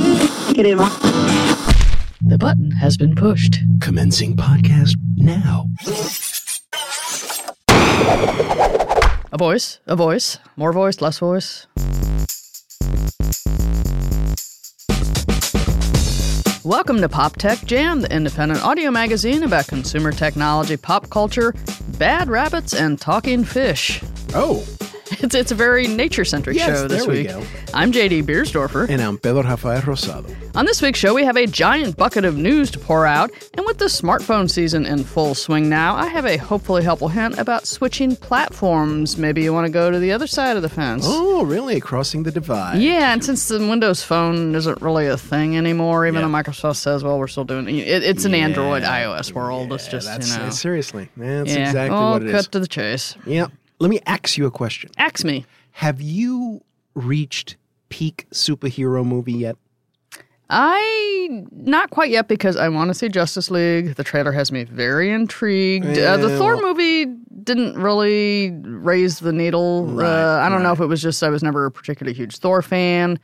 negative. The button has been pushed. Commencing podcast now. A voice, a voice, more voice, less voice. Welcome to Pop Tech Jam, the independent audio magazine about consumer technology, pop culture, bad rabbits, and talking fish. Oh, It's, it's a very nature centric Yes, show this there we week. go. I'm JD Beersdorfer. and I'm Pedro Rafael Rosado. On this week's show, we have a giant bucket of news to pour out, and with the smartphone season in full swing now, I have a hopefully helpful hint about switching platforms. Maybe you want to go to the other side of the fence. Oh, really? Crossing the divide. Yeah, and since the Windows Phone isn't really a thing anymore, even Yeah. though Microsoft says, "Well, we're still doing it," it's an Android iOS world. it's Yeah, just that's, you know, seriously, that's yeah. exactly oh, what it cut is. to the chase. yeah. Let me ask you a question. Axe me. Have you reached peak superhero movie yet? I not quite yet because I want to see Justice League. The trailer has me very intrigued. uh, the Yeah, Thor well- movie didn't really raise the needle. uh, Right, I don't know if it was just I was never a particularly huge Thor fan.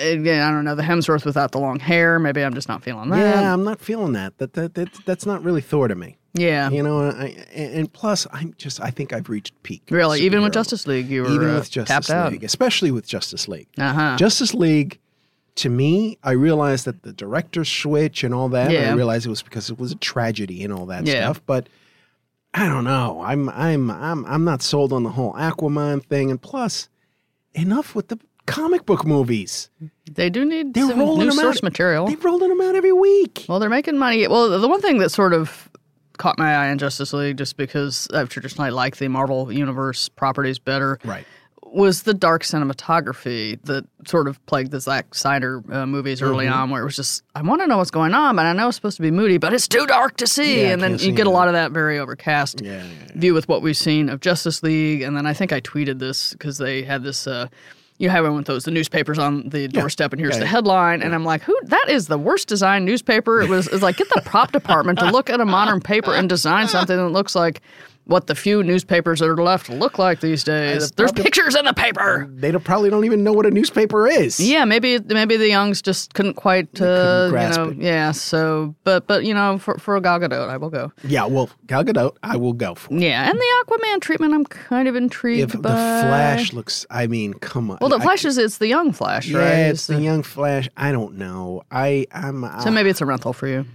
Again, I don't know the Hemsworth without the long hair. Maybe I'm just not feeling that. Yeah, I'm not feeling that. That, that, that that's not really Thor to me. Yeah. You know, I, and and plus, I'm just I think I've reached peak. Really, even with superhero. Justice League, you were even uh, with Justice tapped out. League, especially with Justice League. Uh huh. Justice League, to me, I realized that the director switch and all that. Yeah. I realized it was because it was a tragedy and all that Yeah. stuff. But I don't know. I'm I'm I'm I'm not sold on the whole Aquaman thing. And plus, enough with the comic book movies. They do need They're some rolling new them source out. material. They're rolling them out every week. Well, they're making money. Well, the one thing that sort of caught my eye in Justice League, just because I've traditionally liked the Marvel Universe properties better, Right. was the dark cinematography that sort of plagued the Zack Snyder uh, movies early Mm-hmm. on, where it was just, I want to know what's going on, and I know it's supposed to be moody, but it's too dark to see. Yeah, I and then can't you see get a it. lot of that very overcast Yeah. yeah, view with what we've seen of Justice League, and then I think I tweeted this because they had this. Uh, you have one with those the newspapers on the doorstep, and here's Yeah, the yeah. headline, and I'm like, who? That is the worst designed newspaper. It was. It's like get the prop department to look at a modern paper and design something that looks like what the few newspapers that are left look like these days. There's prop de- pictures in the paper. They don't, probably don't even know what a newspaper is. Yeah, maybe maybe the Youngs just couldn't quite, uh, grasp you know, it. yeah. So, but but you know, for for Gal Gadot, I will go. Yeah. Well, Gal Gadot, I will go for. it. Yeah, and the Aquaman treatment, I'm kind of intrigued If the by. Flash looks, I mean, come on. Well, the I- Flash is it's the young Flash, Yeah, right? it's the young Flash. I don't know. I I'm so maybe it's a rental for you.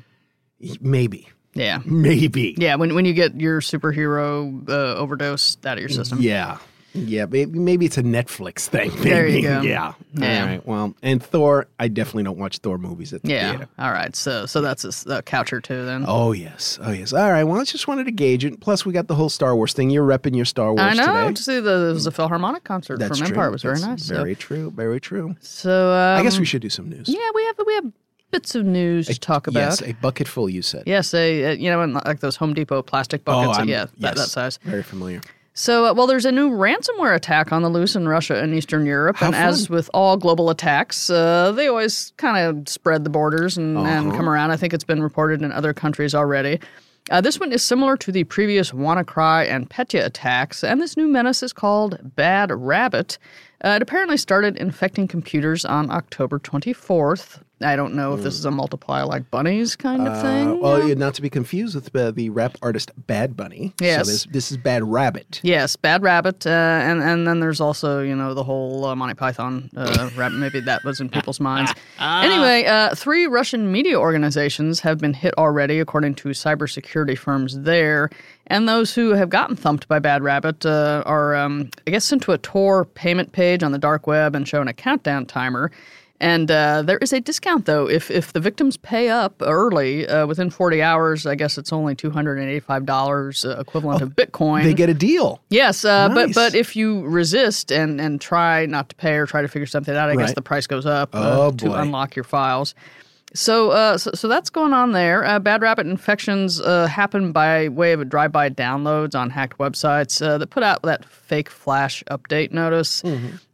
Maybe. Yeah, Maybe. yeah. When when you get your superhero uh, overdose out of your system, Yeah. Yeah. Maybe, maybe it's a Netflix thing. There you maybe. go. Yeah. Yeah. All right. Well, and Thor, I definitely don't watch Thor movies at the yeah. theater. All right, so so that's a, s- a couch or two then. Oh, yes. Oh, yes. All right. Well, I just wanted to gauge it. Plus, we got the whole Star Wars thing. You're repping your Star Wars I know. today. To see the there was a Philharmonic concert That's from true. Empire. It was very That's nice. so- Very true. Very true. So um, I guess we should do some news. yeah, we have we have bits of news to talk about. Yes. A bucket full, you said. Yes, a, you know, in like those Home Depot plastic buckets. Oh, I'm- yeah, that, that yes, size. Very familiar. So, uh, well, there's a new ransomware attack on the loose in Russia and Eastern Europe. and as with all global attacks, uh, they always kind of spread the borders and, Uh-huh. and come around. I think it's been reported in other countries already. Uh, this one is similar to the previous WannaCry and Petya attacks, and this new menace is called Bad Rabbit. Uh, it apparently started infecting computers on October 24th. I don't know if this is a multiply like bunnies kind of thing. Uh, well, yeah, not to be confused with uh, the rap artist Bad Bunny. Yes. So this, this is Bad Rabbit. Yes, Bad Rabbit, uh, and and then there's also you know the whole uh, Monty Python uh, rabbit. Maybe that was in people's minds. Anyway, uh, three Russian media organizations have been hit already, according to cybersecurity firms there. And those who have gotten thumped by Bad Rabbit uh, are, um, I guess, sent to a Tor payment page on the dark web and shown a countdown timer. And uh, there is a discount though if if the victims pay up early uh, within 40 hours. I guess it's only 285 dollars uh, equivalent of Bitcoin. They get a deal. Yes, uh, but Nice. but if you resist and and try not to pay or try to figure something out, I guess Right. the price goes up uh, Oh, to boy. unlock your files. So, uh, so, so that's going on there. Uh, bad rabbit infections uh, happen by way of a drive-by downloads on hacked websites uh, that put out that fake flash update notice.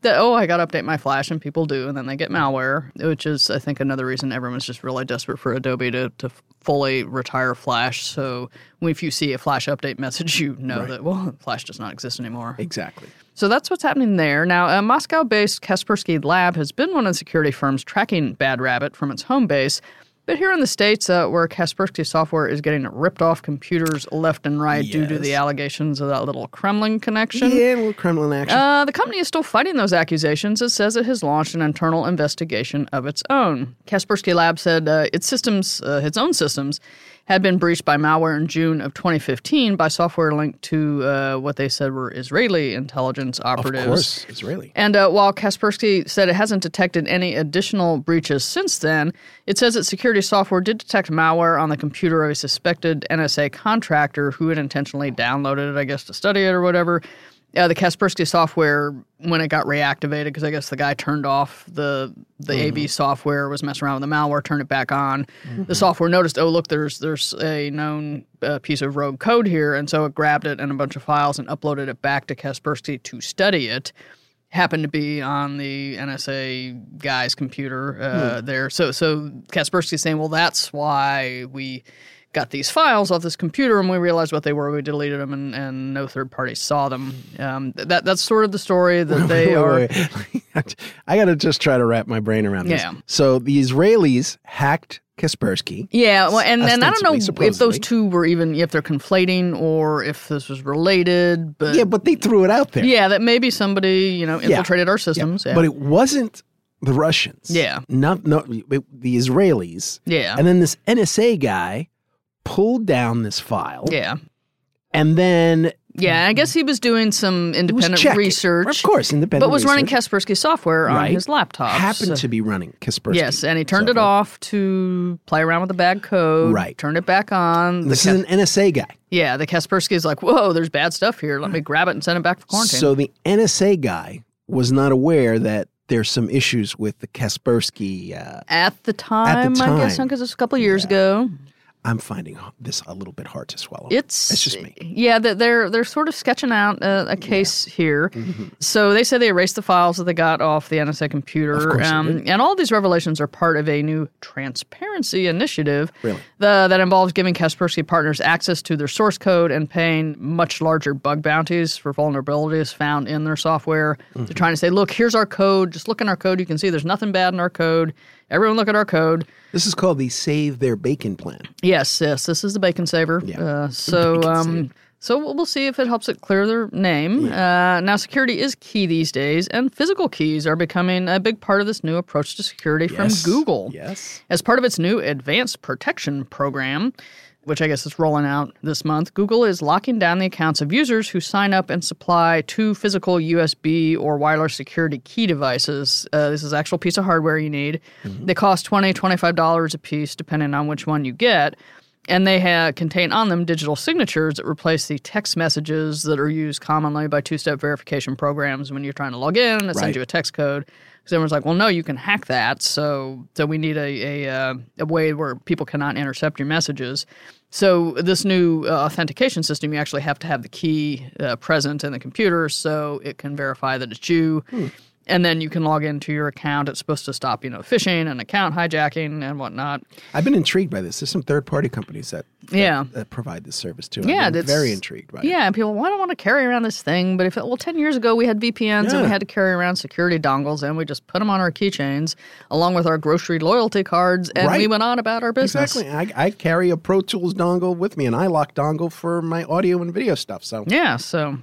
that oh I got to update my Flash, and people do, and then they get malware, which is I think another reason everyone's just really desperate for Adobe to to fully retire Flash. So if you see a Flash update message, you know that well Flash does not exist anymore. Exactly. So that's what's happening there. Now, a Moscow based Kaspersky Lab has been one of the security firms tracking Bad Rabbit from its home base. But here in the States, uh, where Kaspersky software is getting ripped off computers left and right due to Yes. the allegations of that little Kremlin connection. Yeah, a little Kremlin action. Uh, the company is still fighting those accusations. It says it has launched an internal investigation of its own. Kaspersky Lab said uh, its systems, uh, its own systems, had been breached by malware in June of 2015 by software linked to uh, what they said were Israeli intelligence operatives. of course, Israeli. And uh, while Kaspersky said it hasn't detected any additional breaches since then, it says its security software did detect malware on the computer of a suspected NSA contractor who had intentionally downloaded it, I guess, to study it or whatever. Uh, the Kaspersky software, when it got reactivated, because I guess the guy turned off the the AV software, was messing around with the malware, turned it back on. The software noticed, oh look, there's there's a known uh, piece of rogue code here, and so it grabbed it and a bunch of files and uploaded it back to Kaspersky to study it happened to be on the NSA guy's computer uh, Hmm. there. So so Kaspersky's saying, well, that's why we got these files off this computer and we realized what they were. We deleted them and, and no third party saw them. Um, th- that that's sort of the story that they Wait, are. wait, wait. I got to just try to wrap my brain around this. Yeah. So the Israelis hacked Kaspersky. Yeah, well, and, and I don't know Ostensibly, if those supposedly. two were even if they're conflating or if this was related, but Yeah, yeah, but they threw it out there. that maybe somebody you know infiltrated our systems. Yeah, But it wasn't the Russians. Yeah. Not no it- the Israelis. yeah, And then this NSA guy pulled down this file. yeah. And then Yeah, I guess he was doing some was independent checking. research. Of course, independent but was running research. Kaspersky software on Right. his laptop. happened so- to be running Kaspersky. Yes, and he turned it software. off to play around with the bad code. Right. Turned it back on. The This Kas- is an NSA guy. yeah, the Kaspersky's like, whoa, there's bad stuff here. Let me grab it and send it back for quarantine. So the NSA guy was not aware that there's some issues with the Kaspersky. Uh, at the time, I guess, time. because it's a couple years ago. I'm finding this a little bit hard to swallow. It's That's just me. Yeah, that they're they're sort of sketching out a, a case here. Mm-hmm. So they say they erased the files that they got off the NSA computer, um, course they and all these revelations are part of a new transparency initiative Really? the, that involves giving Kaspersky partners access to their source code and paying much larger bug bounties for vulnerabilities found in their software. Mm-hmm. They're trying to say, look, here's our code. Just look in our code. You can see there's nothing bad in our code. Everyone, look at our code. This is called the Save Their Bacon Plan. Yes, yes, this is the bacon saver. Uh, so, Bacon um, so we'll we'll see if it helps it clear their name. Uh, now, security is key these days, and physical keys are becoming a big part of this new approach to security Yes. from Google. Yes. As part of its new Advanced Protection Program, which I guess is rolling out this month, Google is locking down the accounts of users who sign up and supply two physical USB or wireless security key devices. Uh, this is actual piece of hardware you need. They cost $20, $25 a piece, depending on which one you get. And they ha- contain on them digital signatures that replace the text messages that are used commonly by two step verification programs when you're trying to log in. It sends Right. you a text code. Because everyone's like, well, no, you can hack that. So, so we need a, a, uh, a way where people cannot intercept your messages. So, this new uh, authentication system, you actually have to have the key uh, present in the computer so it can verify that it's you. Hmm. And then you can log into your account. It's supposed to stop, you know, phishing and account hijacking and whatnot. I've been intrigued by this. There's some third party companies that, that- Yeah. that provide this service too. Yeah, I've been that's- very intrigued by it. Yeah, and people, well, I don't want to carry around this thing. But if it, well, ten years ago we had VPNs and we Yeah. had to carry around security dongles and we just put them on our keychains along with our grocery loyalty cards and we Right. went on about our business. Exactly. I, I carry a Pro Tools dongle with me, an iLock dongle for my audio and video stuff. So Yeah. So,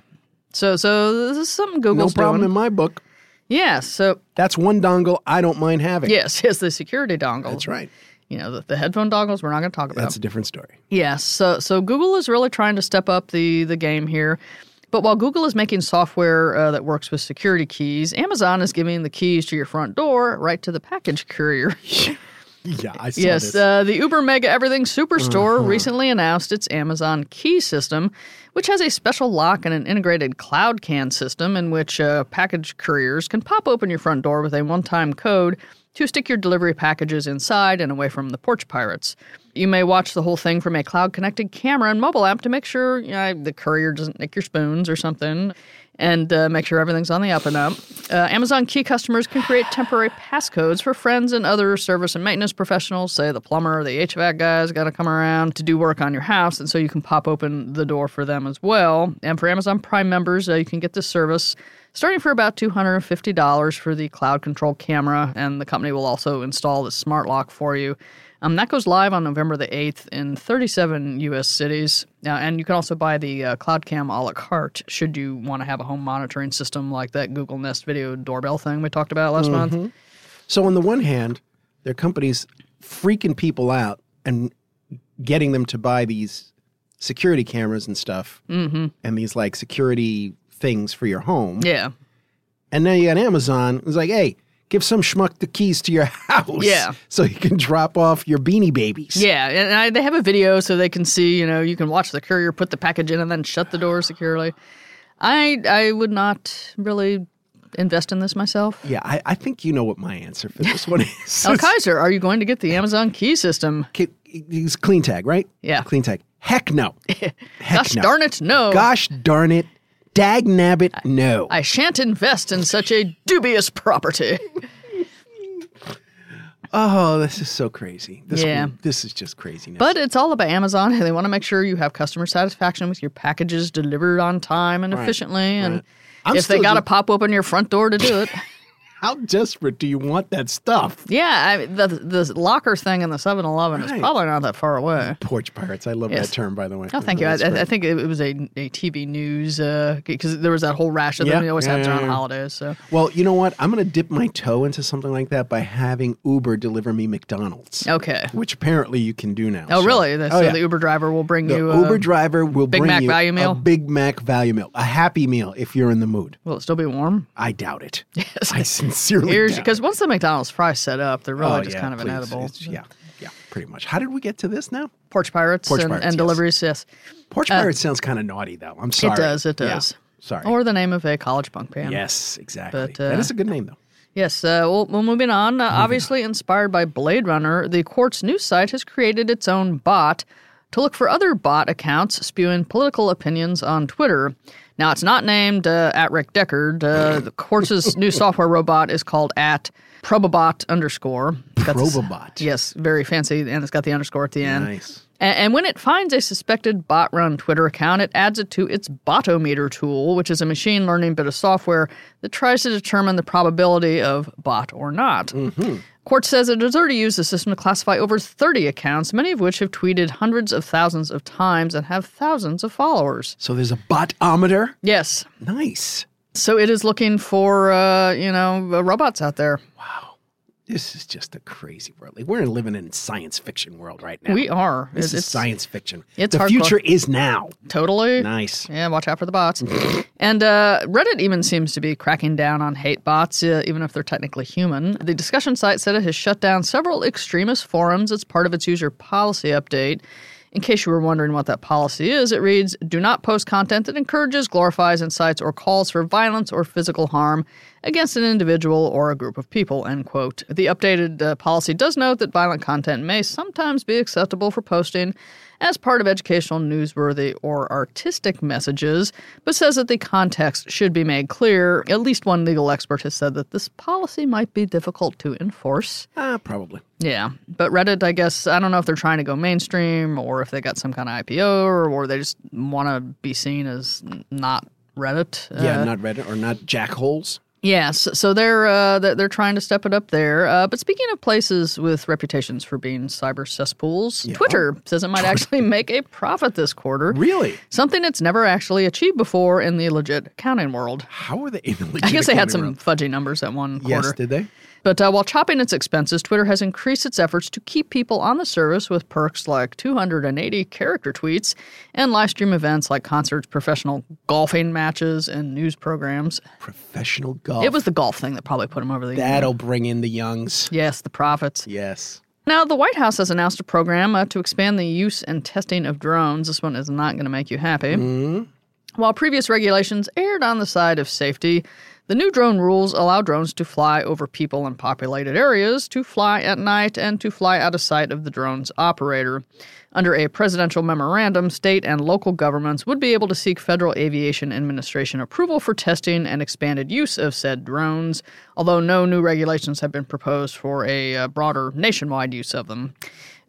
so, so this is something no Google's problem doing. in my book. yeah. So That's one dongle I don't mind having. yes, yes, the security dongles. That's right. You know, the, the headphone dongles. We're not going to talk about. That's a different story. Yes. So so Google is really trying to step up the the game here. But while Google is making software uh, that works with security keys, Amazon is giving the keys to your front door right to the package courier. Yeah, I saw Yes, uh, the Uber Mega Everything Superstore recently announced its Amazon Key system, which has a special lock and an integrated cloud can system in which uh, package couriers can pop open your front door with a one time code to stick your delivery packages inside and away from the porch pirates. You may watch the whole thing from a cloud connected camera and mobile app to make sure you know, the courier doesn't nick your spoons or something. and uh, make sure everything's on the up and up. Uh, Amazon Key customers can create temporary passcodes for friends and other service and maintenance professionals, say the plumber, the HVAC guy's got to come around to do work on your house, and so you can pop open the door for them as well. And for Amazon Prime members, uh, you can get this service starting for about $250 for the cloud control camera, and the company will also install the smart lock for you. Um, that goes live on November the 8th in 37 U.S. cities. Uh, and you can also buy the uh, CloudCam a la carte should you want to have a home monitoring system like that Google Nest video doorbell thing we talked about last month. Mm-hmm. So on the one hand, their companies freaking people out and getting them to buy these security cameras and stuff, and these like security things for your home. Mm-hmm. Yeah. And now you got Amazon who's like, hey, give some schmuck the keys to your house, Yeah. so you can drop off your beanie babies. Yeah. And I, they have a video so they can see, you know, you can watch the courier put the package in and then shut the door securely. I, I would not really invest in this myself. Yeah, I, I think you know what my answer for this one is. Al Kaiser, are you going to get the Amazon key system? K- It's clean tag, right? Yeah. Clean tag. Heck no. Heck Gosh no. darn it, no. Gosh darn it. Dag nabbit, no. I shan't invest in such a dubious property. oh, this is so crazy. This Yeah. this is just craziness. But it's all about Amazon, and they want to make sure you have customer satisfaction with your packages delivered on time and efficiently. And right. I'm if they still got to just- pop open your front door to do it, how desperate do you want that stuff? yeah, I, the the locker thing in the 7-Eleven is Right. probably not that far away. Porch pirates. I love Yes. that term, by the way. Oh, thank you. I, I I think it, it was a, a TV news because there was that whole rash of them. Yeah, They always yeah, have happens yeah, around yeah. holidays. So well, you know what? I'm going to dip my toe into something like that by having Uber deliver me McDonald's, okay. which apparently you can do now. Oh, so- really? The, oh, so yeah. the Uber driver will bring The you uh, Uber driver will bring Mac you value meal? a Big Mac value meal, a happy meal if you're in the mood. Will it still be warm? I doubt it. Yes. I sincerely Here's doubt because once the McDonald's fries set up, they're it. really Oh, just yeah, kind of please. inedible. It's- Yeah, yeah, pretty much. How did we get to this now? Porch pirates Porch and, pirates, and yes. deliveries. Yes. Porch Pirate sounds kind of naughty, though. I'm sorry. does, Uh, it Yeah, does. sorry. Or the name of a college punk band. yes, exactly. But, uh, that is a good name, though. Yes. Uh, well, well, moving on. Uh, obviously inspired by Blade Runner, the Quartz news site has created its own bot to look for other bot accounts spewing political opinions on Twitter. Now, it's not named uh, at Rick Deckard. Uh, the Quartz's new software robot is called at Probobot underscore. It's got this- Probobot. Yes, very fancy, and it's got the underscore at the end. Nice. A- And when it finds a suspected bot run Twitter account, it adds it to its botometer tool, which is a machine learning bit of software that tries to determine the probability of bot or not. Mm-hmm. Quartz says it has already used the system to classify over 30 accounts, many of which have tweeted hundreds of thousands of times and have thousands of followers. So there's a botometer. Yes. Nice. So it is looking for, uh, you know, uh, robots out there. This is just a crazy world. Like, we're living in science fiction world right now. We are. This is it's science fiction. it's the hardcore. future is now. totally. Nice. Yeah, watch out for the bots. and uh, Reddit even seems to be cracking down on hate bots, uh, even if they're technically human. The discussion site said it has shut down several extremist forums as part of its user policy update. In case you were wondering what that policy is, it reads Do not post content that encourages, glorifies, incites, or calls for violence or physical harm against an individual or a group of people. End quote. The updated uh, policy does note that violent content may sometimes be acceptable for posting as part of educational, newsworthy, or artistic messages, but says that the context should be made clear. At least one legal expert has said that this policy might be difficult to enforce. Ah, probably. Yeah, but Reddit, I guess, I don't know if they're trying to go mainstream or if they got some kind of IPO or, or they just want to be seen as n- not Reddit. Yeah, Uh, not Reddit or not jackholes. Yes, so they're uh, they're they're trying to step it up there. Uh, but speaking of places with reputations for being cyber cesspools, Twitter says it might actually make a profit this quarter. Really? Something that's never actually achieved before in the legit accounting world. How are they in the I guess they had some legitimate fudgy numbers at one world? quarter. Yes, did they? But uh, while chopping its expenses, Twitter has increased its efforts to keep people on the service with perks like 280 character tweets and live stream events like concerts, professional golfing matches, and news programs. Professional golf. It was the golf thing that probably put them over the That'll bring in the youngs. Yes, the profits. Yes. Now, the White House has announced a program uh, to expand the use and testing of drones. This one is not going to make you happy. While previous regulations erred on the side of safety, The new drone rules allow drones to fly over people and populated areas, to fly at night, and to fly out of sight of the drone's operator. Under a presidential memorandum, state and local governments would be able to seek Federal Aviation Administration approval for testing and expanded use of said drones, although no new regulations have been proposed for a uh, broader nationwide use of them.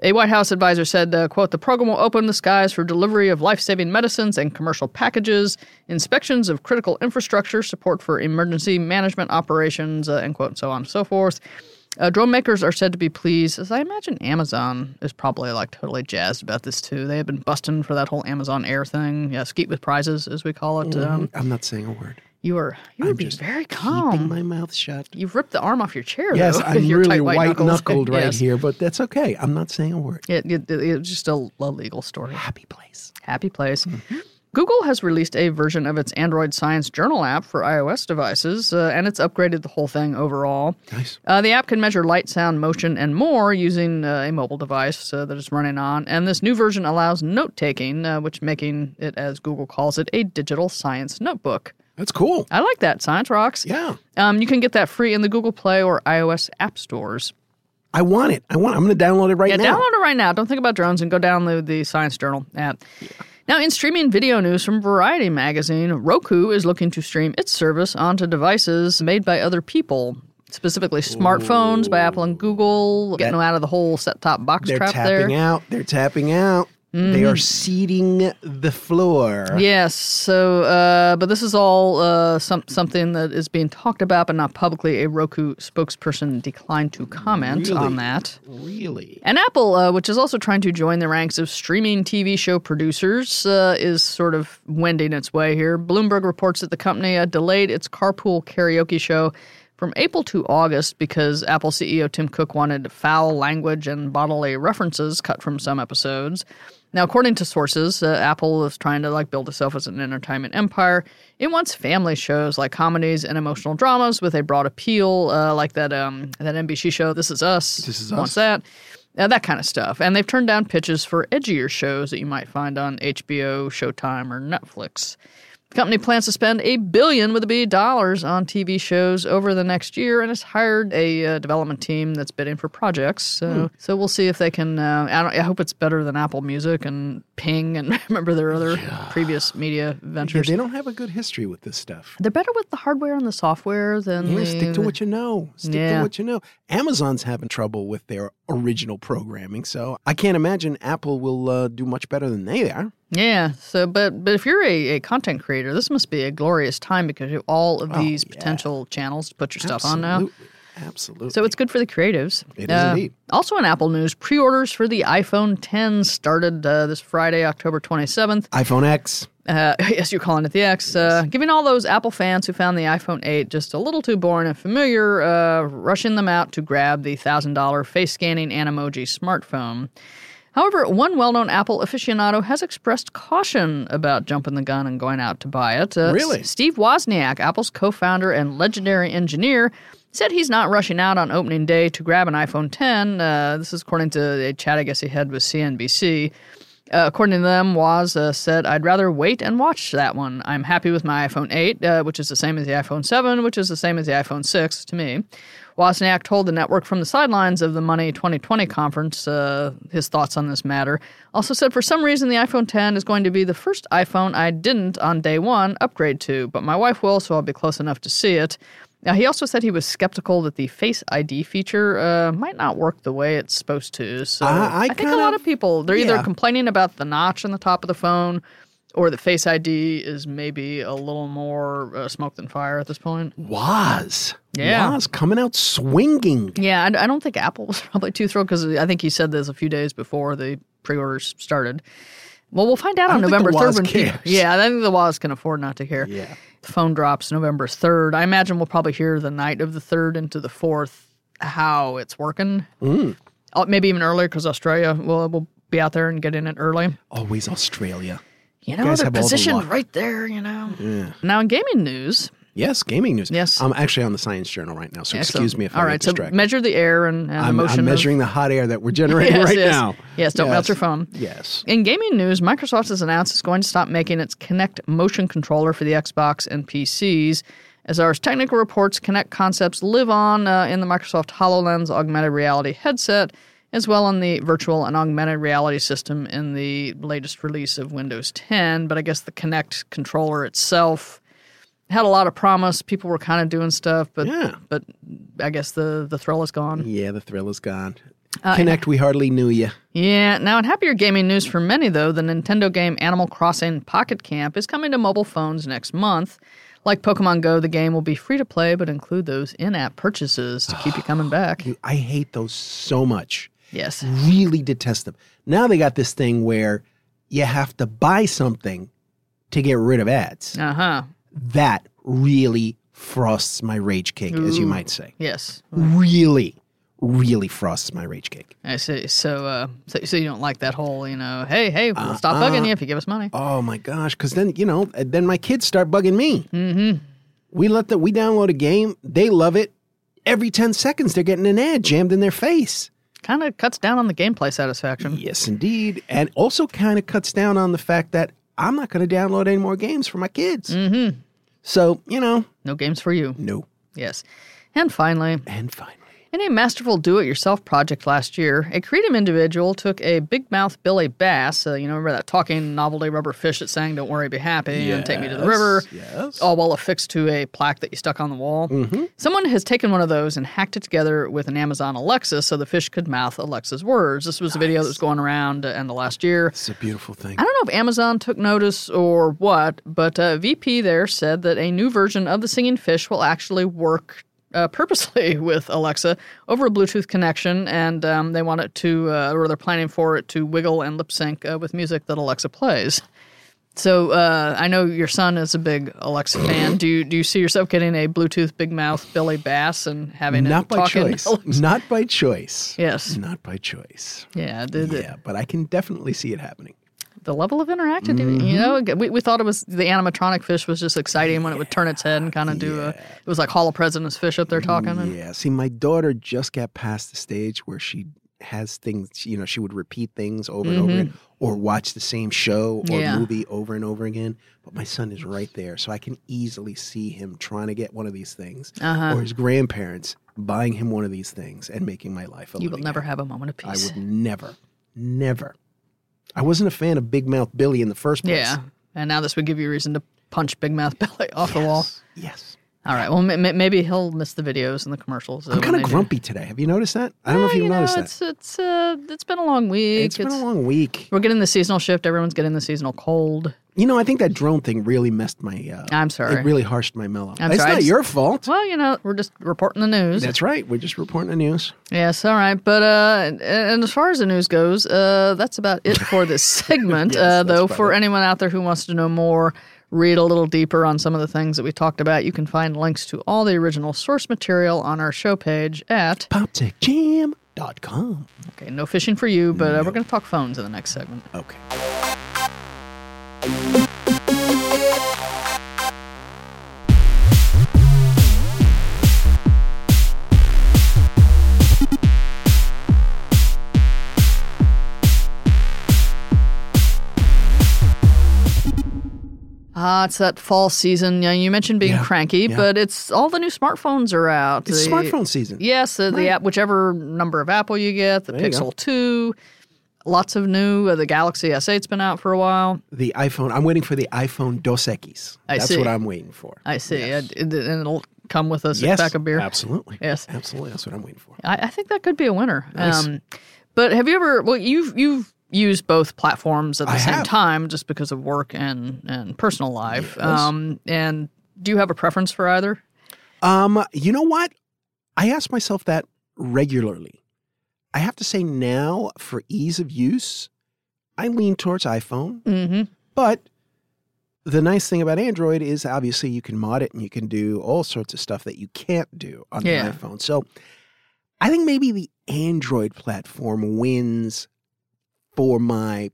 A White House advisor said, uh, quote, the program will open the skies for delivery of life-saving medicines and commercial packages, inspections of critical infrastructure, support for emergency management operations, uh, end quote, and so on and so forth. Uh, drone makers are said to be pleased, as I imagine Amazon is probably like totally jazzed about this too. They have been busting for that whole Amazon Air thing, yeah, skeet with prizes, as we call it. Um, I'm not saying a word. you are you were being very Mm-hmm. Keeping calm. my mouth shut. You've ripped the arm off your chair. Yes, though, with I'm your really tight white white knuckles. knuckled right Yes. here, but that's okay. I'm not saying a word. It, it, it- it's just a a legal story. Happy place. Happy place. Google has released a version of its Android Science Journal app for iOS devices, uh, and it's upgraded the whole thing overall. Nice. Uh, the app can measure light, sound, motion, and more using uh, a mobile device uh, that it's running on. And this new version allows note taking, uh, which making it, as Google calls it, a digital science notebook. That's cool. I like that. Science rocks. Yeah. Um, you can get that free in the Google Play or iOS app stores. I want it. I want. I'm going to download it right Yeah, now. download it right now. Don't think about drones and go download the Science Journal app. Now, in streaming video news from Variety magazine, Roku is looking to stream its service onto devices made by other people, specifically smartphones by Apple and Google, getting them out of the whole set top box They're trap Mm-hmm. tapping there. out. They're tapping out. They are seeding the floor. Yes. So, uh, but this is all uh, some, something that is being talked about, but not publicly. A Roku spokesperson declined to comment on Really? that. Really? And Apple, uh, which is also trying to join the ranks of streaming TV show producers, uh, is sort of wending its way here. Bloomberg reports that the company uh, delayed its carpool karaoke show from April to August because Apple CEO Tim Cook wanted foul language and bodily references cut from some episodes. Now, according to sources, uh, Apple is trying to like build itself as an entertainment empire. It wants family shows like comedies and emotional dramas with a broad appeal, uh, like that um, that NBC show This Is Us. This Is It wants Us. that. Uh, that kind of stuff. And they've turned down pitches for edgier shows that you might find on HBO, Showtime, or Netflix. The company plans to spend a billion with a B dollars on TV shows over the next year and has hired a uh, development team that's bidding for projects. Hmm. So, so we'll see if they can. Uh, I, don't, I hope it's better than Apple Music and Ping and remember their other previous media Yeah, ventures. they don't have a good history with this stuff. They're better with the hardware and the software than Yeah, the, stick to what you know. Stick Yeah. to what you know. Amazon's having trouble with their original programming, so I can't imagine Apple will uh, do much better than they are. Yeah. So, but but if you're a, a content creator, this must be a glorious time because you have all of these Oh, yeah. potential channels to put your stuff on Absolutely. now. Absolutely. So it's good for the creatives. Uh, It is indeed. Also in Apple news, pre-orders for the iPhone 10 started uh, this Friday, October 27th. iPhone X. Uh, yes, you're calling it the X. Uh, giving all those Apple fans who found the iPhone 8 just a little too boring and familiar, uh, rushing them out to grab the $1,000 face scanning Animoji smartphone. However, one well known Apple aficionado has expressed caution about jumping the gun and going out to buy it. Uh, Really? S- Steve Wozniak, Apple's co founder and legendary engineer, said he's not rushing out on opening day to grab an iPhone 10. Uh, this is according to a chat I guess he had with CNBC. Uh, according to them, Woz uh, said, I'd rather wait and watch that one. I'm happy with my iPhone 8, uh, which is the same as the iPhone 7, which is the same as the iPhone 6 to me. Wozniak told the network from the sidelines of the Money 2020 conference uh, his thoughts on this matter. Also said, for some reason, the iPhone 10 is going to be the first iPhone I didn't on day one upgrade to, but my wife will, so I'll be close enough to see it. Now, he also said he was skeptical that the Face ID feature uh, might not work the way it's supposed to. So I- I think a kind lot of- of people, they're either yeah. complaining about the notch on the top of the phone or the Face ID is maybe a little more uh, smoke than fire at this point. Woz. Yeah. Woz coming out swinging. Yeah, I, I don't think Apple was probably too thrilled because I think he said this a few days before the pre-orders started. Well, we'll find out on don't think November the third Woz when people- cares. yeah, I think the Waz can afford not to care. Yeah. The phone drops November third. I imagine we'll probably hear the night of the third into the fourth how it's working. Mm. Uh, maybe even earlier because Australia will will be out there and get in it early. Always Australia. You know, guys they're have all the positioned luck. right there. You know. Now in gaming news, Yes, gaming news. Yes. I'm actually on the Science Journal right now, so excellent. excuse me if all I right, get so distracted. measure the air and, and the I'm, motion. I'm of- measuring the hot air that we're generating yes, right yes. now. Yes, don't melt Yes. your phone. Yes. In gaming news, Microsoft has announced it's going to stop making its Kinect motion controller for the Xbox and PCs. As our technical reports, Connect concepts live on uh, in the Microsoft HoloLens augmented reality headset, as well on the virtual and augmented reality system in the latest release of Windows 10. But I guess the Connect controller itself had a lot of promise. People were kind of doing stuff, but Yeah. but I guess the the thrill is gone. Yeah, the thrill is gone. Uh, Connect, we hardly knew you. Yeah. Now, in happier gaming news for many, though, the Nintendo game Animal Crossing Pocket Camp is coming to mobile phones next month. Like Pokemon Go, the game will be free to play, but include those in-app purchases to keep you coming back. I hate those so much. Yes. Really detest them. Now they got this thing where you have to buy something to get rid of ads. Uh huh. That really frosts my rage cake, as you might say. Yes. Really, really frosts my rage cake. I see. So, uh, so, so you don't like that whole, you know, hey, hey, we'll stop bugging you if you give us money. Oh my gosh! Because then you know, eh, then my kids start bugging me. Mm-hmm. We let them. We download a game. They love it. Every ten seconds, they're getting an ad jammed in their face. Kind of cuts down on the gameplay satisfaction. Yes, indeed, and also kind of cuts down on the fact that I'm not going to download any more games for my kids. Mm-hmm. So you know, No games for you. no. Yes. And finally, And finally, In a masterful do it yourself project last year, a creative individual took a big mouth Billy Bass, uh, you know, remember that talking novelty rubber fish that sang, Don't Worry, Be Happy, and Take Me to the River, Yes. Mm-hmm. all while affixed to a plaque that you stuck on the wall. Someone has taken one of those and hacked it together with an Amazon Alexa so the fish could mouth Alexa's words. This was a video that was going around uh, end of last year. it's a beautiful thing. I don't know if Amazon took notice or what, but uh, VP there said that a new version of the Singing Fish will actually work uh, purposely with Alexa over a Bluetooth connection, and um, they want it to, uh, or they're planning for it to wiggle and lip sync uh, with music that Alexa plays. So uh, I know your son is a big Alexa fan. Do you do you see yourself getting a Bluetooth big mouth Billy Bass and having Not it by talking? choice. Not by choice. Yes. Not by choice. Yeah. The, the, Yeah, but I can definitely see it happening. the level of interactivity. Mm-hmm. You know, we, we thought it was the animatronic fish was just exciting when it would turn its head and kind of do a. It was like Hall of Presidents fish up there talking. And, Yeah. See, my daughter just got past the stage where she has things, you know, she would repeat things over and over again or watch the same show or Mm-hmm. Yeah. movie over and over again. But my son is right there. So I can easily see him trying to get one of these things Uh-huh. or his grandparents buying him one of these things and making my life a you will living never have a moment of hell. I peace. would never, never. I wasn't a fan of Big Mouth Billy in the first place. yeah, and now this would give you reason to punch Big Mouth Billy off the wall. Yes. All right. Well, ma- ma- maybe he'll miss the videos and the commercials. uh, I'm when kind they of do. grumpy today. Have you noticed that? I don't know if Yeah, you've you know, noticed that. it's it's uh, it's been a long week. it's been a long week. We're getting the seasonal shift. Everyone's getting the seasonal cold. You know, I think that drone thing really messed my. Uh, I'm sorry. It really harshed my mellow. I'm it's sorry, I not just- your fault. Well, you know, we're just reporting the news. That's right. We're just reporting the news. Yes, all right. But uh, and, and as far as the news goes, uh, that's about it for this segment. uh, that's though, about for anyone out there who wants to know more, read a little deeper on some of the things that we talked about, you can find links to all the original source material on our show page at. PopTechJam.com. Okay, no fishing for you, but uh, we're going to talk phones in the next segment. Okay. Ah, it's that fall season. Yeah, you mentioned being Yeah, cranky, yeah. but it's all the new smartphones are out. It's The- smartphone season. Yes, uh, the app, whichever number of Apple you get, the you Pixel 2, lots of new. Uh, the Galaxy S8's been out for a while. The iPhone. I'm waiting for the iPhone Dos Equis. I That's see. what I'm waiting for. I see. Uh, d- d- and it'll come with a six yes. pack of beer. Absolutely. Yes. Absolutely. That's what I'm waiting for. I, I think that could be a winner. Um, but have you ever, well, you've, you've, used both platforms at the I same have. time just because of work and, and personal life. Um, and do you have a preference for either? Um, you know what? I ask myself that regularly. I have to say now, for ease of use, I lean towards iPhone. Mm-hmm. But the nice thing about Android is obviously you can mod it and you can do all sorts of stuff that you can't do on Yeah. the iPhone. So I think maybe the Android platform wins for my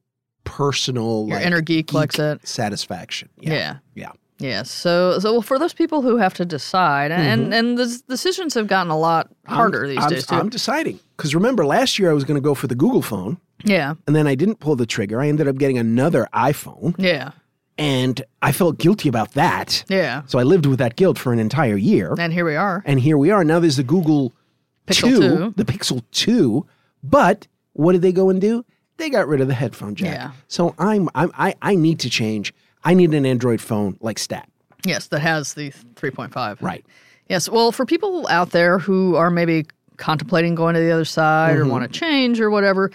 personal Your like, inner geek, likes geek it. satisfaction. Yeah. Yeah. Yeah. So, so well, for those people who have to decide, and and the s- decisions have gotten a lot harder Mm-hmm. these I'm, I'm- days too. I'm deciding because remember last year I was going to go for the Google phone yeah. and then I didn't pull the trigger. I ended up getting another iPhone Yeah. And I felt guilty about that. Yeah. So I lived with that guilt for an entire year. And here we are. And here we are. Now there's the Google Pixel 2, 2. the Pixel 2. But what did they go and do? They got rid of the headphone jack. Yeah. So I'm, I'm I, I need to change. I need an Android phone like stat. Yes, that has the 3.5. Right. Yes. Well, for people out there who are maybe contemplating going to the other side Mm-hmm. or want to change or whatever,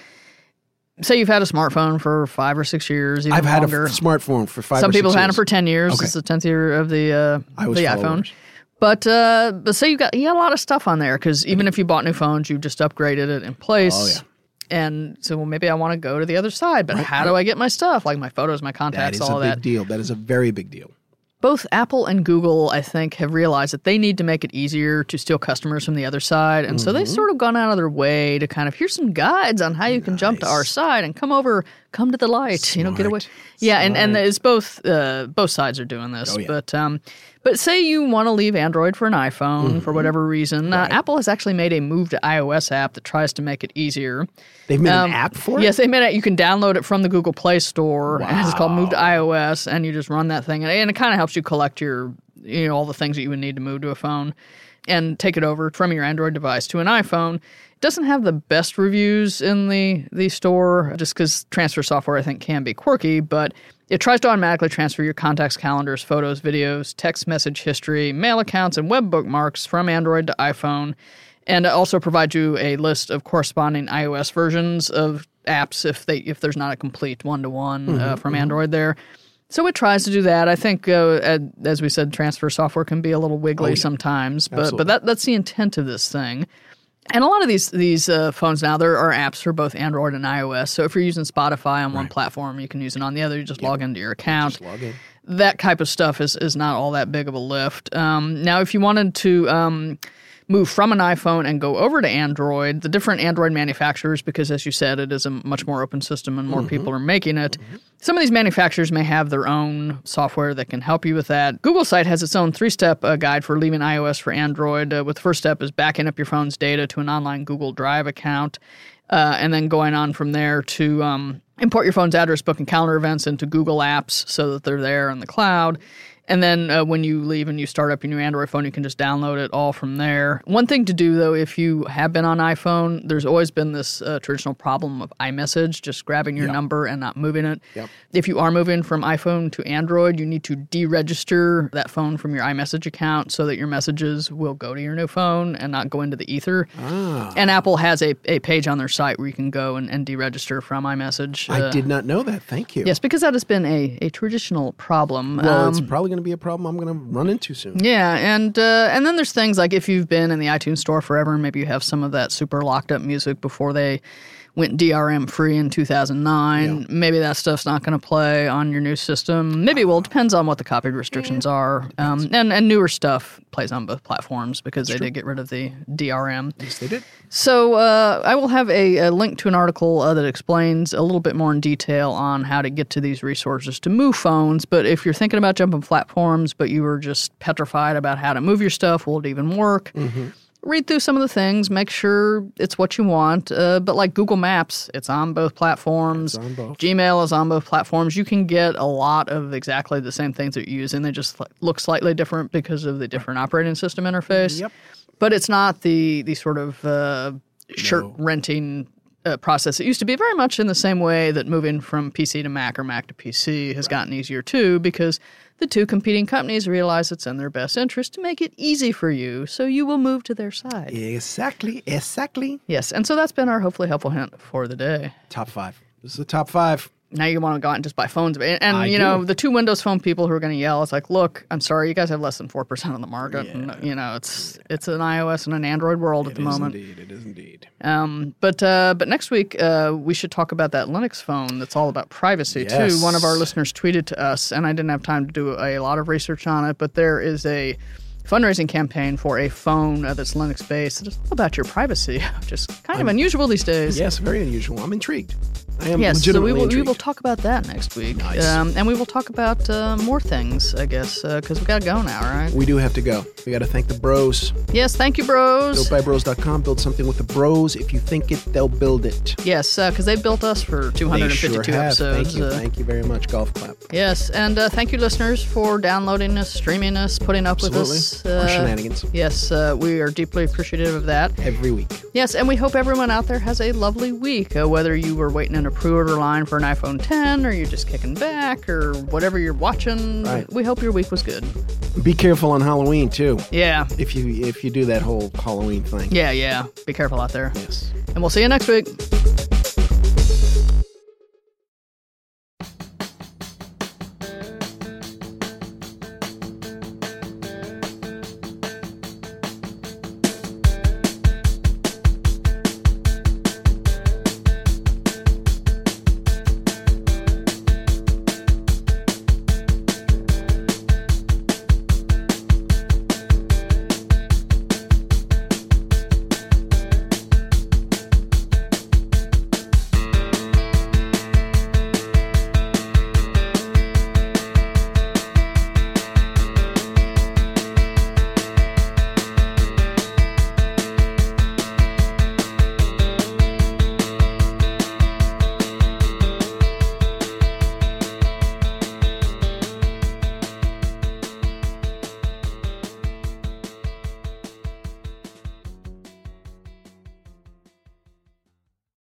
say you've had a smartphone for five or six years, even I've had a longer. f- smartphone for five. Some or people six have had it years. for ten years. Okay. It's the tenth year of the uh, I was the following. iPhone. But uh, but say you got you got a lot of stuff on there because even if you bought new phones, you just upgraded it in place. Oh, yeah. And so well, maybe I want to go to the other side, but how do I get my stuff? Like my photos, my That contacts, is all a that. big deal. That is a very big deal. Both Apple and Google, I think, have realized that they need to make it easier to steal customers from the other side. And so Mm-hmm. they've sort of gone out of their way to kind of here's some guides on how you can jump to our side and come over, come to the light, you know, get away. Smart. Yeah, and, and it's both uh, both sides are doing this. Oh, yeah. But um, but say you want to leave Android for an iPhone Mm-hmm. for whatever reason. Uh, Apple has actually made a move to iOS app that tries to make it easier. They've made Um, an app for it. Yes, they made it. You can download it from the Google Play Store. And it's called Move to iOS, and you just run that thing, and, and it kind of helps you collect your, you know, all the things that you would need to move to a phone, and take it over from your Android device to an iPhone. It doesn't have the best reviews in the the store, just because transfer software I think can be quirky, but. It tries to automatically transfer your contacts, calendars, photos, videos, text message history, mail accounts, and web bookmarks from Android to iPhone and it also provides you a list of corresponding iOS versions of apps if they if there's not a complete one to one from Android there. So it tries to do that. I think, uh, ad- as we said, transfer software can be a little wiggly sometimes, but but that that's the intent of this thing. And a lot of these these uh, phones now there are apps for both Android and iOS. So if you're using Spotify on one platform, you can use it on the other. You just log into your account Log in. that type of stuff is is not all that big of a lift. Um, now, if you wanted to um, move from an iPhone and go over to Android, the different Android manufacturers, because as you said, it is a much more open system and more people are making it. Some of these manufacturers may have their own software that can help you with that. Google site has its own three step uh, guide for leaving iOS for Android. Uh, with the first step is backing up your phone's data to an online Google Drive account uh, and then going on from there to um, import your phone's address book and calendar events into Google Apps so that they're there in the cloud. And then uh, when you leave and you start up your new Android phone, you can just download it all from there. One thing to do though, if you have been on iPhone, there's always been this uh, traditional problem of iMessage, just grabbing your number and not moving it. If you are moving from iPhone to Android, you need to deregister that phone from your iMessage account so that your messages will go to your new phone and not go into the ether. And Apple has a, a page on their site where you can go and, and deregister from iMessage. I uh, did not know that. Thank you. Yes, because that has been a, a traditional problem. Well, Um, it's probably going to be a problem I'm going to run into soon. yeah, and uh, and then there's things like if you've been in the iTunes store forever, and maybe you have some of that super locked up music before they went DRM free in 2009. Maybe that stuff's not going to play on your new system. Maybe well, it depends on what the copyright restrictions are. Um, and and newer stuff plays on both platforms because they did get rid of the DRM. Yes, they did. So uh, I will have a, a link to an article uh, that explains a little bit more in detail on how to get to these resources to move phones. But if you're thinking about jumping platforms, but you were just petrified about how to move your stuff, will it even work? Mm-hmm. Read through some of the things, make sure it's what you want. Uh, but like Google Maps, it's on both platforms. on both. Gmail is on both platforms. You can get a lot of exactly the same things that you use, and they just like, look slightly different because of the different operating system interface Yep. but it's not the the sort of uh, shirt renting uh, process. It used to be very much in the same way that moving from PC to Mac or Mac to PC has gotten easier too, because the two competing companies realize it's in their best interest to make it easy for you, so you will move to their side. Exactly. Exactly. Yes, and so that's been our hopefully helpful hint for the day. Top five. This is the top five. Now you want to go out and just buy phones, and, and I you know do. the two Windows Phone people who are going to yell, it's like, look, I'm sorry, you guys have less than four percent of the market. And, you know, it's it's an iOS and an Android world at the It is moment. indeed. It is indeed. Um, but uh, but next week uh, we should talk about that Linux phone that's all about privacy Yes. too. One of our listeners tweeted to us, and I didn't have time to do a lot of research on it, but there is a fundraising campaign for a phone uh, that's Linux based that is all about your privacy, which is kind of unusual these days. Yes, very unusual. I'm intrigued. I am Yes, so we legitimately will, we intrigued. will talk about that next week. Um, and we will talk about uh, more things, I guess, because we got to go now, right? We do have to go. We got to thank the bros. Yes, thank you, bros. BuiltByBros.com. Build something with the bros. If you think it, they'll build it. Yes, because they built us for They 252 sure have. episodes. Thank you. uh, thank you very much. Golf clap. Yes, and uh, thank you, listeners, for downloading us, streaming us, putting up Absolutely. with us. uh, Our shenanigans. Yes, uh, we are deeply appreciative of that. Every week. Yes, and we hope everyone out there has a lovely week, uh, whether you were waiting in a pre-order line for an iPhone 10, or you're just kicking back, or whatever you're watching. Right. We hope your week was good. Be careful on Halloween too. Yeah, If you if you do that whole Halloween thing. yeah, yeah. Be careful out there, Yes. and we'll see you next week.